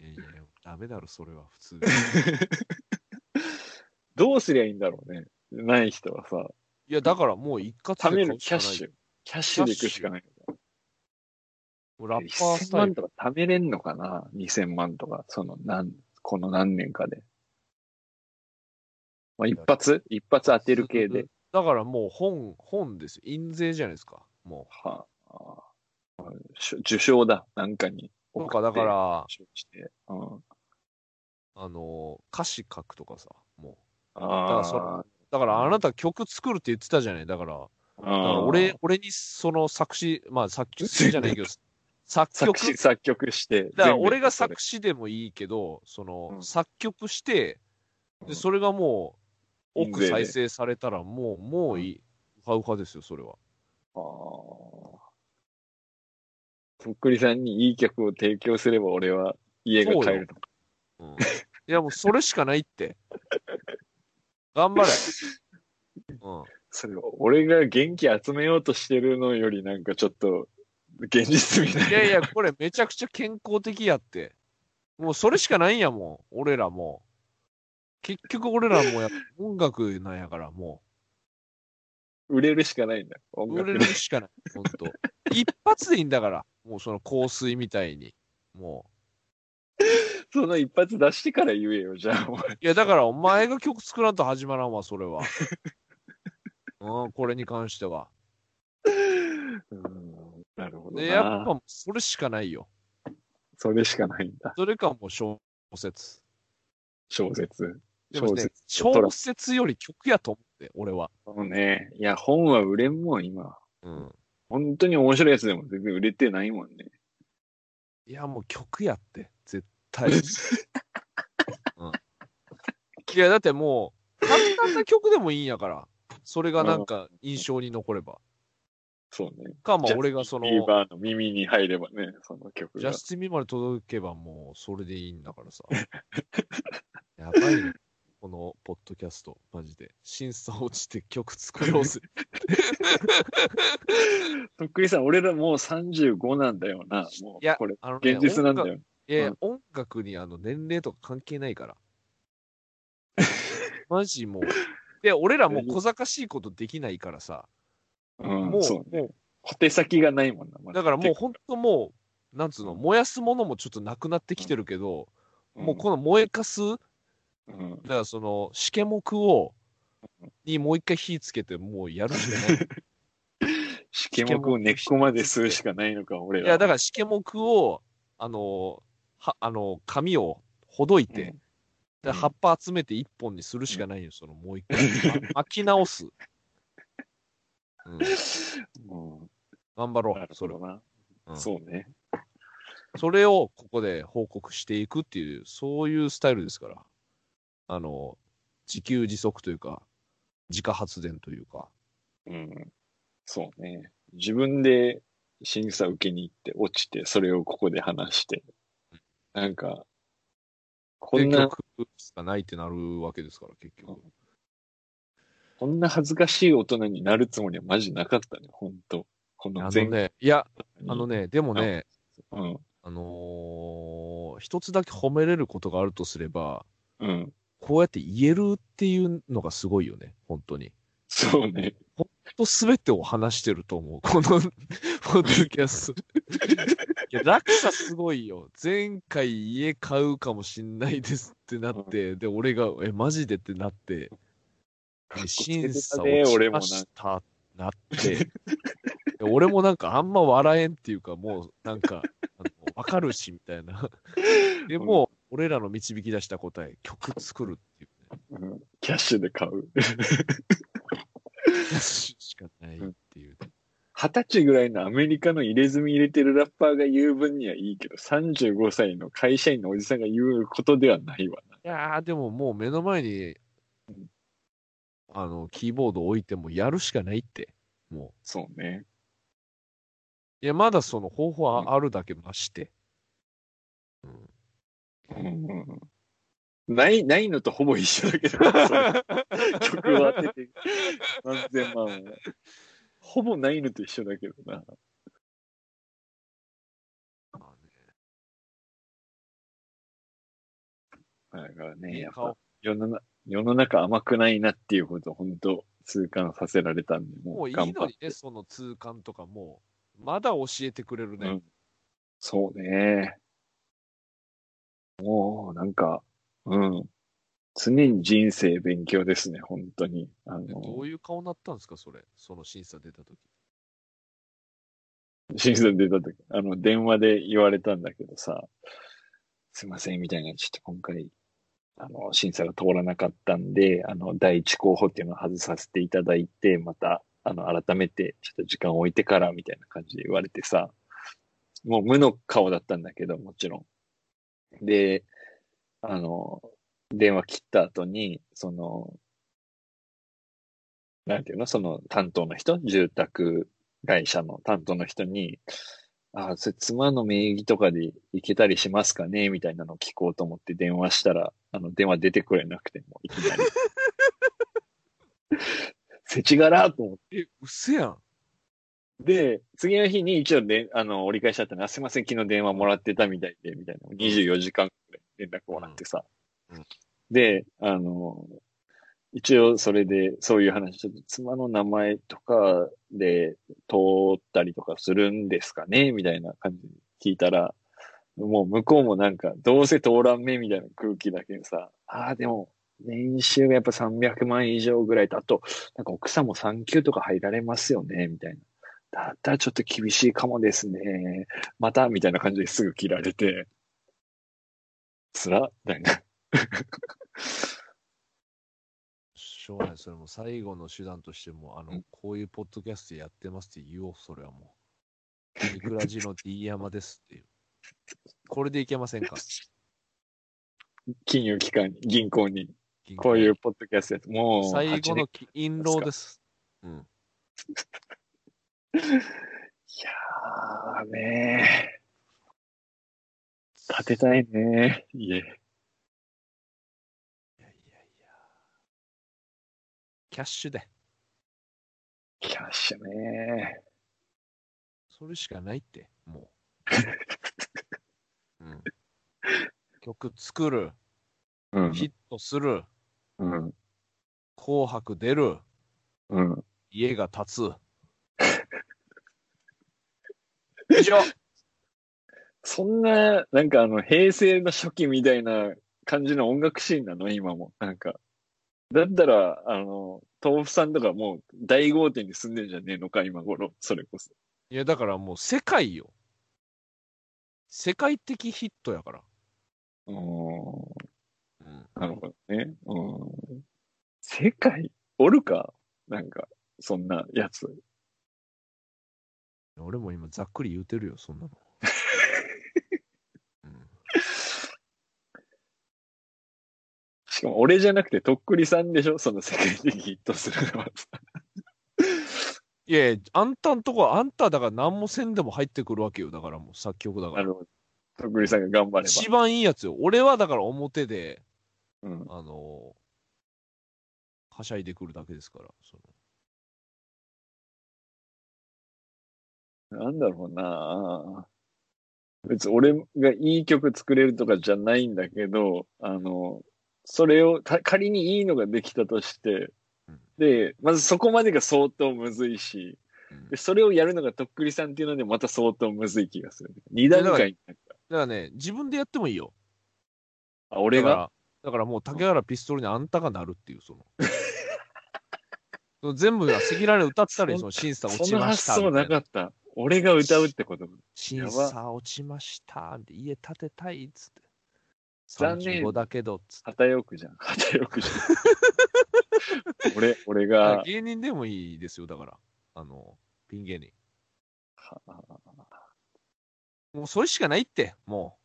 S1: いやいや、ダメだろ、それは普通に。
S3: どうすりゃいいんだろうね。ない人はさ、
S1: いや、だからもう一括
S3: 貯め
S1: で
S3: る
S1: 買うしかない
S3: キャッシュ。キャッシュでいくしかない。
S1: もうラッパース
S3: 1000
S1: タイル
S3: 万。とか貯めれんのかな ?2000 万とか、その何、この何年かで。まあ、一発一発当てる系で。。
S1: だからもう本、本ですよ。印税じゃないですか。も
S3: はあ、あし受賞だ、なんかに。
S1: う。とか、だから、
S3: 送って、受賞して。うん。
S1: あの、歌詞書くとかさ、もう。
S3: あ
S1: だからそれだからあなた曲作るって言ってたじゃない。だから、
S3: あ
S1: だ
S3: ー、
S1: から俺、俺にその作詞、まあ作詞じゃないけど、作曲
S3: 作詞、作曲し
S1: だ
S3: て。
S1: から
S3: 全部
S1: 俺が
S3: それ
S1: 作詞でもいいけど、その、
S3: うん
S1: 作曲して、
S3: うん
S1: で、それがもう、
S3: 印税
S1: 億
S3: で
S1: 再生されたら、もう、もういい。ウハウハですよ、それは。
S3: あーとっくりさんにいい曲を提供すれば俺は家が買えると。
S1: うん、いや、もうそれしかないって。頑 張れ。うん。
S3: それを俺が元気集めようとしてるのよりなんかちょっと現実みたいな。
S1: いやいや、これめちゃくちゃ健康的やって。もうそれしかないんやもん、俺らもう。結局俺らもうやっぱ音楽なんやから、も
S3: 売れるしかないんだ。音
S1: う。売
S3: 楽
S1: れる。
S3: で
S1: しかない、ほんと。一発でいいんだから、もうその香水みたいに。も
S3: その一発出してから言えよ、じゃあお前。
S1: う。いや、だからお前が曲作らんと始まらんわ、それは。うん、これに関しては。
S3: うんなるほどな。
S1: で、やっぱそれしかないよ。
S3: それしかないんだ。
S1: それかもう小説。
S3: 小説。
S1: でもね、
S3: 小説
S1: 小説より曲やと思って、俺は。
S3: そうね。いや、本は売れんもん、今。
S1: うん。
S3: 本当に面白いやつでも全然売れてないもんね。
S1: いや、もう曲やって、絶対。 うん、いや、だってもう、簡単な曲でもいいんやから、それがなんか印象に残れば。
S3: そうね。
S1: か、まあ俺がその、
S3: ビーバーの耳に入ればね、その曲
S1: ジャ
S3: が。
S1: スティン・ビーバーに届けばもうそれでいいんだから さ。やばいね。このポッドキャスト、マジで。審査落ちて曲作ろうぜ。
S3: とっくりさん、俺らもう35なんだよな。も
S1: いや
S3: う、これ、
S1: あのね
S3: 現実なんだよ。
S1: いやいや
S3: うん
S1: 音楽にあの年齢とか関係ない から。マジもう。で、俺らもう小賢しいことできないからさ。
S3: うん、
S1: もう、
S3: そうね
S1: も。
S3: 小手先がないもんな。ま
S1: う
S3: だ
S1: だからもう、本当もう、なんつうの、燃やすものもちょっとなくなってきてるけど、
S3: うん
S1: もうこの燃えかす、
S3: うん、
S1: だからその、しけもくを、にもう一回火つけてもうやる しかない。
S3: しけもくを根っこまでするしかないのか、俺
S1: い
S3: ら。
S1: や、だから、しけもくを、あの、は、あの、紙をほどいて、で
S3: うん
S1: 葉っぱ集めて一本にするしかないよ、その、もう一 回。ま巻き直す。うん、
S3: うん、うん
S1: 頑張ろ
S3: なる
S1: う、そ
S3: ほ
S1: れ
S3: ど
S1: を
S3: な。
S1: うん
S3: そうね。
S1: それをここで報告していくっていう、そういうスタイルですから。あの、自給自足というか、自家発電というか。
S3: うん。そうね。自分で審査受けに行って落ちて、それをここで話して。なんか、こん
S1: で
S3: な、
S1: 曲しかないってなるわけですから、結局。
S3: こんな恥ずかしい大人になるつもりはマジなかったね、ほんと。こ
S1: あ
S3: の
S1: の
S3: 前
S1: ね、いや、
S3: 回に
S1: あのね、でもね、
S3: うん。
S1: あのー一つだけ褒めれることがあるとすれば、
S3: うん。
S1: こうやって言えるっていうのがすごいよね、本当に。
S3: そうね。
S1: と全てを話してると思う、 この、ポッドキャスト。いや、落差すごいよ。前回家買うかもしんないですってなって、で、俺が、え、マジでってなって、で審査をしましたってなって、で俺もなんかあんま笑えんっていうか、もうなんか、あのわかるしみたいな。 でも、俺らの導き出した答え、曲作るっていう、ね、
S3: うんキャッシュで買う。
S1: しかないっていう、ね。
S3: 二十歳ぐらいのアメリカの入れ墨入れてるラッパーが言う分にはいいけど、35歳の会社員のおじさんが言うことではないわな。
S1: いやー、でももう目の前に、あの、キーボード置いてもやるしかないって、も
S3: そうね。
S1: う。いや、まだその方法はあるだけまして。
S3: うんうん、ない、ないのとほぼ一緒だ けど、それ曲を当てて、何千万は。ほぼないのと一緒だけどな。
S1: まあね
S3: だから
S1: い
S3: ね、
S1: い
S3: やっぱ
S1: 顔
S3: 世のな世の中甘くないなっていうことを本当痛感させられたんで、
S1: もう
S3: もう
S1: いい
S3: 頑張
S1: の
S3: っ
S1: に
S3: て。
S1: ね、その痛感とかもう、まだ教えてくれるね。
S3: うんそうね。もう、なんか、うん。常に人生勉強ですね、本当に。あ
S1: えど
S3: の
S1: う、いう顔になったんですか、それ。その審査出たとき。
S3: 審査出た時、あの、電話で言われたんだけどさ、すいません、みたいな、ちょっと今回、あの、審査が通らなかったんで、あの、第一候補っていうのを外させていただいて、また、あの、改めて、ちょっと時間を置いてから、みたいな感じで言われてさ、もう無の顔だったんだけど、もちろん。で、あの、電話切った後に、その、なんていうの、その担当の人、住宅会社の担当の人に、あ、それ妻の名義とかで行けたりしますかねみたいなのを聞こうと思って電話したら、あの、電話出てくれなくても、いきなり。せちがらと思って
S1: え、うせやん。
S3: で、次の日に一応で、あの、折り返しだったのが、すいません、昨日電話もらってたみたいで、みたいな。24時間くらい連絡もらってさ。
S1: うんうん
S3: で、あの、一応それで、そういう話、ちょっと妻の名前とかで通ったりとかするんですかねみたいな感じで聞いたら、もう向こうもなんか、どうせ通らん目みたいな空気だけどさ、ああ、でも、年収がやっぱ300万以上ぐらいと、あと、なんか奥さんも産休とか入られますよねみたいな。だったらちょっと厳しいかもですね。また、みたいな感じですぐ切られて、つらみたいな。
S1: しょうがない、それも最後の手段としても、あ
S3: う
S1: の
S3: ん、
S1: こういうポッドキャストやってますって言おう、それはもう。いくらじの D 山ですっていう。これでいけません か
S3: 金融機関に、銀行に、こういうポッドキャストやつ、もう、
S1: 最後
S3: 8
S1: の
S3: 年
S1: き印籠です。うん。
S3: いやーねー建てたいねー家。
S1: キャッシュで。
S3: キャッシュね
S1: それしかないって、も う。うん、曲作る、
S3: ー。うん
S1: ヒットする、
S3: うん。
S1: 紅白出る、
S3: うん。
S1: 家が建つ。以上
S3: そんな、なんかあの、平成の初期みたいな感じの音楽シーンなの今も。なんか。だったら、あの、豆腐さんとかもう大豪邸に住んでんじゃねえのか、今頃。それこそ。
S1: いや、だからもう世界よ。世界的ヒットやから。
S3: うー
S1: うん、
S3: ん。なるほどね。うーん。世界、おるかなんか、そんなやつ。
S1: 俺も今ざっくり言うてるよ、そんなの。うん
S3: しかも俺じゃなくてとっくりさんでしょその世界的ヒットするのは。
S1: いやいや、あんたんとこは、あんただから何もせんでも入ってくるわけよ。だからもう作曲だか
S3: な
S1: ら。
S3: るほど。とっくりさんが頑張れ
S1: 一番いいやつよ。俺はだから表で、
S3: ば。うん。
S1: あのはしゃいでくるだけですから。その
S3: なんだろうな別に俺がいい曲作れるとかじゃないんだけど、あの、それをた仮にいいのができたとして
S1: うん、
S3: で、まずそこまでが相当むずいし、
S1: うん
S3: でそれをやるのがとっくりさんっていうのでまた相当むずい気がする。二段階になっ
S1: だ
S3: た。
S1: からね、自分でやってもいいよ。
S3: あ、俺
S1: だか
S3: が
S1: ら、だからもう竹原ピストルにあんたがなるっていう、その。 その全部が赤裸々に歌ってたり、
S3: そん
S1: その審査落ち
S3: その
S1: ま
S3: 発
S1: した
S3: 想
S1: みた
S3: ないか
S1: な。
S3: った。俺が歌うってこと。や
S1: 審
S3: ば
S1: 査落ちました。みたいな家建てたいっつって。
S3: 残念
S1: 35だけどっつって。
S3: 旗よくじゃん。旗よくじゃん。俺、俺が
S1: あ、芸人でもいいですよ、だから。あの、ピン芸人。もうそれしかないって、も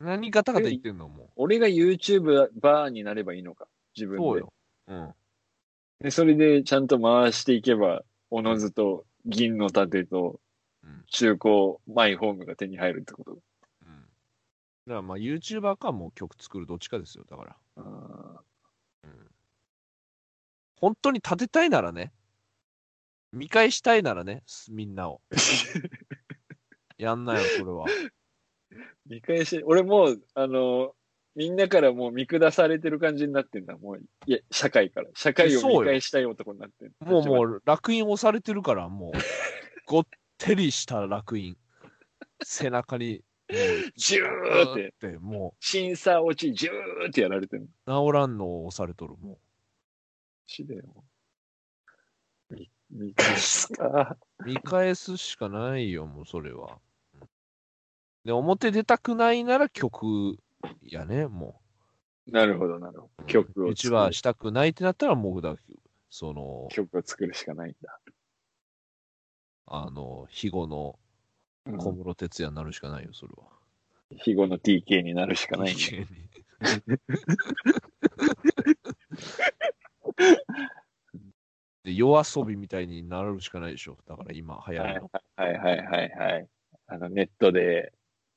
S1: う。何ガタガタ言ってんの、も
S3: 俺が YouTuber バーになればいいのか。自
S1: う。
S3: 分で。
S1: そうよ。うん。
S3: で、それでちゃんと回していけば、おのずと銀の盾と
S1: うん。
S3: 中古マイホームが手に入るってこと。
S1: うん。だからまあ、YouTuber かもう曲作るどっちかですよ、だから。
S3: あ
S1: うん。本当に立てたいならね。見返したいならね、すみんな を。
S3: ー
S1: やんなよ、それ は。
S3: 見返し、俺もう、あの、みんなからもう見下されてる感じになってんだ。もう、いや、社会から。社会
S1: そう
S3: を
S1: よ
S3: 見返したい男になってんだ
S1: もうもう、楽印押されてるから、もう。ごってりした楽印。背中に、もう、
S3: ジューって、
S1: って、も
S3: 審査落ち、ジューってやられてる。
S1: う、治らんのを押されとる、もう。
S3: 死だよ。見、見返す か。
S1: 見返すしかないよ、もうそれは。で、表出たくないなら曲やね、も
S3: なるほど、なるほど。
S1: う。
S3: 曲を
S1: うち
S3: 作
S1: は
S3: る。
S1: したくないってなったら、もうだ、その、
S3: 曲を作るしかないんだ。
S1: あの、肥後の
S3: うん
S1: 小室哲也になるしかないよ、それは。
S3: 日後の TK になるしかないんだ。
S1: 人間に で夜遊びみたいになるしかないでしょ。だから今流行るの。
S3: はいはいはいはい。あの、ネットで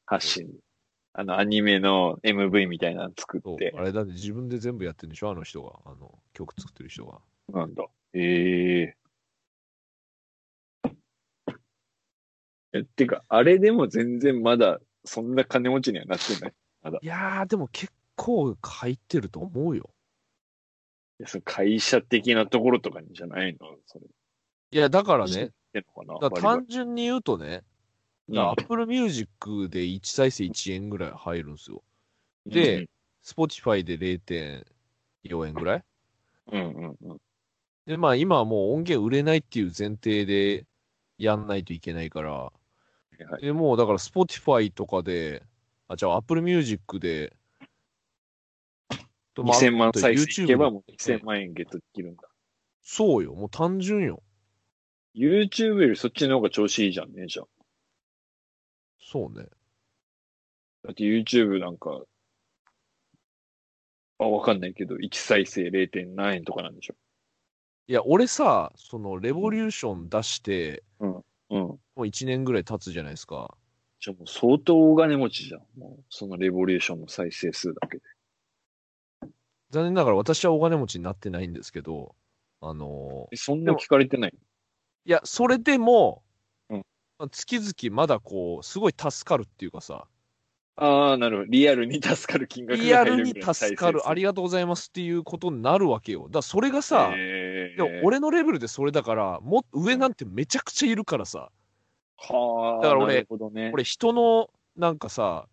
S3: 発信。あの、アニメの MV みたいなの作
S1: そ
S3: っ
S1: う
S3: て。
S1: あれだって自分で全部やってるんでしょあの人が。あの、曲作ってる人が。
S3: なんだ。えええ、てか、あれでも全然まだ、そんな金持ちにはなってない。い
S1: いやー、でも結構入ってると思うよ。
S3: やその会社的なところとかにじゃないのそれ。
S1: いや、だからね、
S3: ってんのかな
S1: だから単純に言うとね、
S3: バリバリ
S1: アップルミュージックで1再生1円ぐらい入るんですよ。
S3: うん
S1: で、Spotify で0.4円ぐらい。
S3: うんうんうん。
S1: で、まあ今はもう音源売れないっていう前提でやんないといけないから、
S3: はい
S1: でもうだから Spotify とかで、あ、じゃあ Apple Music で、とまあ
S3: 2000万
S1: あと
S3: 再生いけ
S1: YouTube
S3: ば
S1: も
S3: もう2000万円ゲットできるんだ。
S1: そうよ、もう単純よ。
S3: YouTube よりそっちの方が調子いいじゃんね、じゃあ。
S1: そうね。
S3: だって YouTube なんか、あ、わかんないけど、1再生 0. 何円とかなんでしょ
S1: いや、俺さ、その、レボリューション出して、
S3: うん
S1: もう1年ぐらい経つじゃないですか。
S3: じゃあもう相当大金持ちじゃん。もうそのレボリューションの再生数だけで。
S1: 残念ながら私はお金持ちになってないんですけど、あのー
S3: えそんな聞かれてない
S1: いや、それでも、
S3: うん
S1: まあ月々まだこう、すごい助かるっていうかさ、
S3: ああ、なるほど。リアルに助かる金額が
S1: リア
S3: 入
S1: ル
S3: る
S1: に
S3: ぐらいの再
S1: 助
S3: 生
S1: かる、
S3: 数
S1: ありがとうございますっていうことになるわけよ。だからそれがさ、
S3: えー
S1: でも俺のレベルでそれだから、もっと上なんてめちゃくちゃいるからさ、
S3: はあ、
S1: だから俺
S3: なるほどね、
S1: 俺人のなんかさ、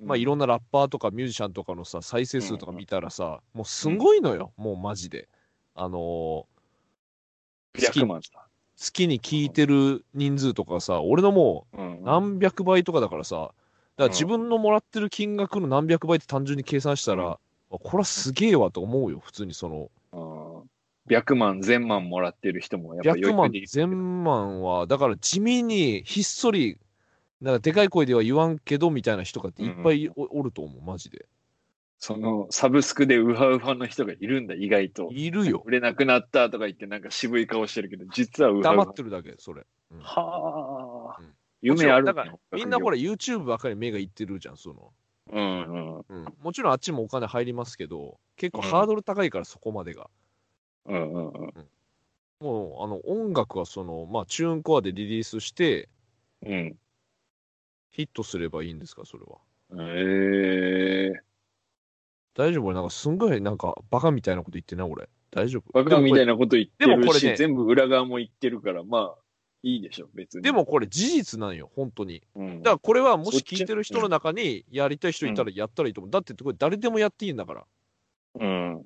S3: うん
S1: まあいろんなラッパーとかミュージシャンとかのさ、再生数とか見たらさ、もうすごいのよ、もうマジで。あのー、
S3: 100
S1: 月
S3: 万だ。
S1: 月に聞いてる人数とかさ、俺のもう、
S3: うん
S1: 何百倍とかだからさ、だから
S3: うん
S1: 自分のもらってる金額の何百倍って単純に計算したら、
S3: うん
S1: あこれはすげえわと思うよ、普通にその。
S3: うん100万、千万もらってる人もやっぱ余裕
S1: 100万
S3: でい、る
S1: 千万は、だから地味にひっそり、なんかでかい声では言わんけどみたいな人がいっぱいお,、おると思う、マジで。
S3: そのサブスクでウハウハの人がいるんだ、意外と。
S1: いる よ。
S3: 売れなくなったとか言ってなんか渋い顔してるけど、実はウハウ
S1: 黙
S3: ハ
S1: っ。てるだけ、それ。
S3: はあ、
S1: うん
S3: 夢あるね
S1: だからみんなほら、、YouTube ばっかり目がいってるじゃん、その。
S3: うんうん
S1: うん。もちろんあっちもお金入りますけど、結構
S3: うん
S1: ハードル高いから、そこまでが。
S3: うんうんうん
S1: もう、あの、音楽はその、まあ、チューンコアでリリースして、
S3: うん。
S1: ヒットすればいいんですか、それは。
S3: ええ
S1: 大丈夫俺なんかすんごいなんかバカみたいなこと言ってない俺。大丈夫
S3: バカみたい
S1: な。
S3: なこと言って
S1: でもこ
S3: る
S1: れ
S3: し、
S1: ね
S3: 全部裏側も言ってるから、まあ、いいでしょ、別に。
S1: でも、これ事実なんよ、本当に。
S3: うん
S1: だからこれはも
S3: そ
S1: し
S3: っち
S1: 聞いてる人の中にやりたい人いたらやったらいいと思う。だってこれ誰でもやっていいんだから。
S3: うん
S1: うん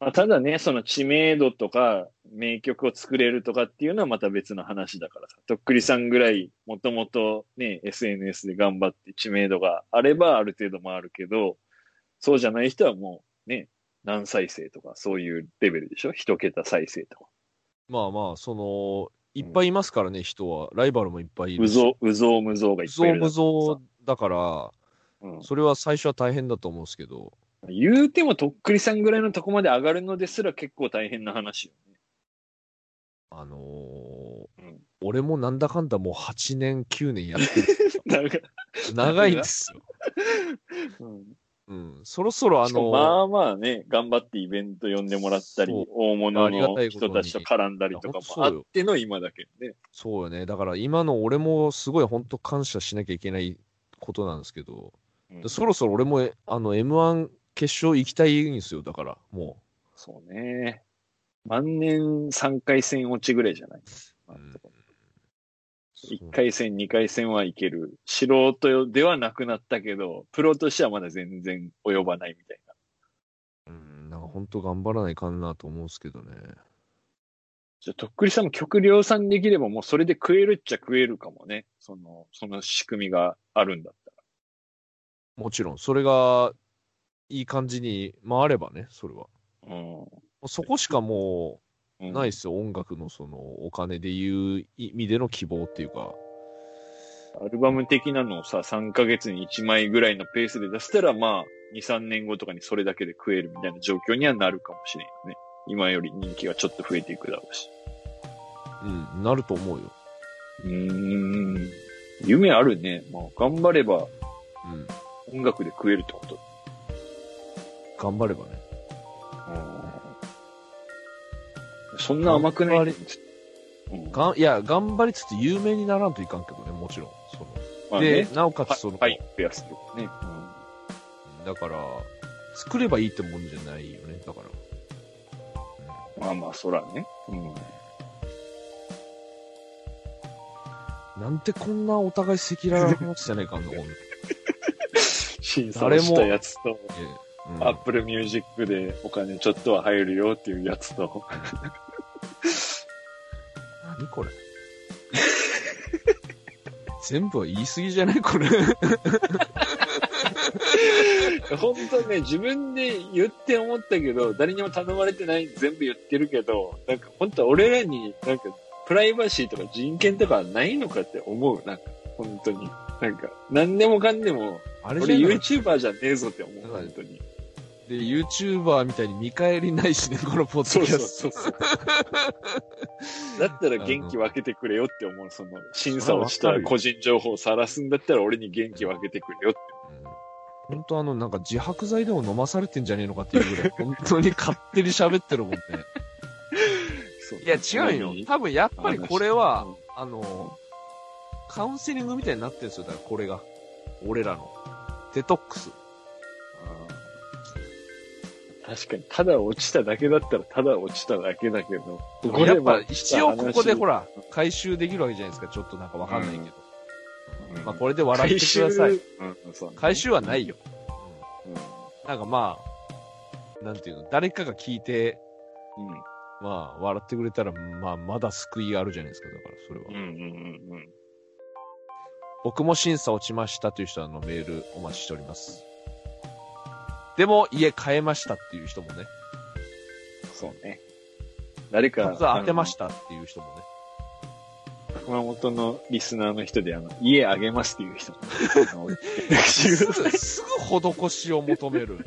S3: まあ、ただね、その知名度とか、名曲を作れるとかっていうのはまた別の話だからさ。とっくりさんぐらい、もともとね、SNS で頑張って知名度があればある程度もあるけど、そうじゃない人はもうね、何再生とか、そういうレベルでしょ一桁再生とか。
S1: まあまあ、その、いっぱいいますからね、人は。ライバルもいっぱいいる
S3: う
S1: し。
S3: ぞう、うぞうむぞうがいっ
S1: うぞ
S3: ぱいいうる
S1: むぞうだから、
S3: う、うん。
S1: それは最初は大変だと思うんですけど。
S3: 言うてもとっくりさんぐらいのとこまで上がるのですら結構大変な話よ ね。
S1: あのー
S3: うん
S1: 俺もなんだかんだもう8年、9年やってる。
S3: だか
S1: 長いんですよ。
S3: ら、うん
S1: うん。そろそろあ
S3: しか
S1: の
S3: も
S1: ー
S3: まあまあね、頑張ってイベント呼んでもらったり
S1: そう、
S3: 大物
S1: ありがた
S3: の
S1: いこと
S3: 人
S1: に
S3: たちと絡んだりとか
S1: いやほんと
S3: も
S1: そ
S3: あ
S1: うよ
S3: っての今だけどね。
S1: そうよね。だから今の俺もすごい本当感謝しなきゃいけないことなんですけど、
S3: うん
S1: そろそろ俺もえあの M1 決勝行きたいんですよ、だからも
S3: そうね。万年3回戦落ちぐらいじゃない、
S1: う。うんそう
S3: 一 ?1 回戦、2回戦はいける。素人ではなくなったけど、プロとしてはまだ全然及ばないみたいな。
S1: うん、なんか本当頑張らないかんなと思うんですけどね。
S3: じゃあとっくりさんも極量産できればもうそれで食えるっちゃ食えるかもね。その、その仕組みがあるんだったら。
S1: もちろん、それがいい感じに回ればね、それは。
S3: うん
S1: もうそこしかも
S3: う。
S1: うんないですよ、音楽のそのお金でいう意味での希望っていうか。
S3: アルバム的なのをさ、3ヶ月に1枚ぐらいのペースで出したら、まあ、2、3年後とかにそれだけで食えるみたいな状況にはなるかもしれんよね。今より人気がちょっと増えていくだろうし。
S1: うん、なると思うよ。
S3: うーん。夢あるね。まあ、頑張れば
S1: うん、
S3: 音楽で食えるってこと。
S1: 頑張ればね。
S3: うん。そんな甘くない
S1: 頑張り
S3: うんま
S1: がんいや、頑張りつつ有名にならんといかんけどね、もちろん。その
S3: あ
S1: で
S3: ね、、
S1: なおか
S3: は
S1: つその、
S3: はい、増やすってことね。
S1: だから、作ればいいってもんじゃないよね、だから。
S3: まあまあ、そらね。うん。
S1: なんてこんなお互い赤裸々な話じゃねえかんの、ほんとに
S3: 審査をしたやつと。
S1: うん
S3: アップルミュージックでお金ちょっとは入るよっていうやつと、
S1: 何 これ全部は言い過ぎじゃないこれ。
S3: 本当ね、自分で言って思ったけど、誰にも頼まれてない全部言ってるけど、なんか本当俺らになんかプライバシーとか人権とかないのかって思う、なんか本当に。なんか何でもかんでも、
S1: あれじ
S3: 俺
S1: ゃない
S3: YouTuber じゃねえぞって思う、本当に。
S1: で、YouTuber みたいに見返りないしね、このポッ
S3: そ
S1: ド
S3: う
S1: キ
S3: そ
S1: ャ
S3: う
S1: ス
S3: そうそう。だったら元気分けてくれよって思う。その、審査をした個人情報を晒すんだったら俺に元気分けてくれよって。
S1: ト。本当あの、なんか自白剤でも飲まされてんじゃねえのかっていうぐらい、本当に勝手に喋ってるもんね。
S3: そう
S1: いや、違うよ。多分やっぱりこれは、、あの、カウンセリングみたいになってるんですよ。だからこれが。俺らの。デトックス。
S3: 確かに、ただ落ちただけだったら、ただ落ちただけだけど。
S1: やっぱ一応ここでほ
S3: ら、
S1: ら、回収できるわけじゃないですか。ちょっとなんかわかんないけど。
S3: うん。
S1: まあこれで笑ってください。。回収はないいよ。
S3: うん
S1: なんかまあ、なんていうの、誰かが聞いて、
S3: うん
S1: まあ、笑ってくれたら、まあ、まだ救いがあるじゃないですか。だから、それは。
S3: うんうんうんうん。
S1: 僕も審査落ちましたという人のメールお待ちしております。でも、家変えましたっていう人もね。
S3: そうね。誰か、
S1: 実は当てましたっていう人もね。
S3: あの熊本のリスナーの人で、あの、家あげますっていう人。あの
S1: すぐ、すぐ施しを求める。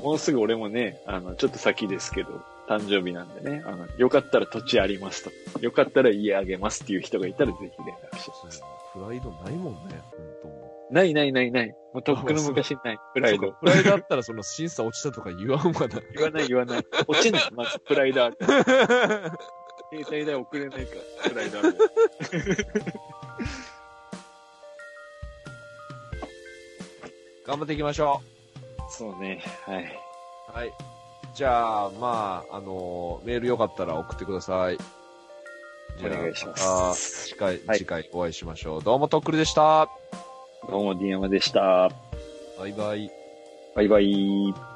S3: もうすぐ俺もね、あの、ちょっと先ですけど、誕生日なんでね、あの、よかったら土地ありますと。よかったら家あげますっていう人がいたらぜひ連絡します。
S1: プライドないもんね、本
S3: ないないないない。もうとっくの昔ない。
S1: 当。
S3: プライ
S1: そう
S3: ド
S1: か。プライドあったら、その審査落ちたとか言わんわな。
S3: 言わない言わない。落ちない。まずプライ ドある。携帯代送れないから、プライドある。
S1: 頑張っていきましょう。
S3: そうね。はい。
S1: はい。じゃあ、まあ、あのーメールよかったら送ってください。
S3: お願いしま
S1: あ、
S3: す。
S1: 次回、
S3: はい
S1: 次回お会いしましょう。どうも、とっくるでした。
S3: どうも、ディアマでした。
S1: バイバイ。
S3: バイバイ。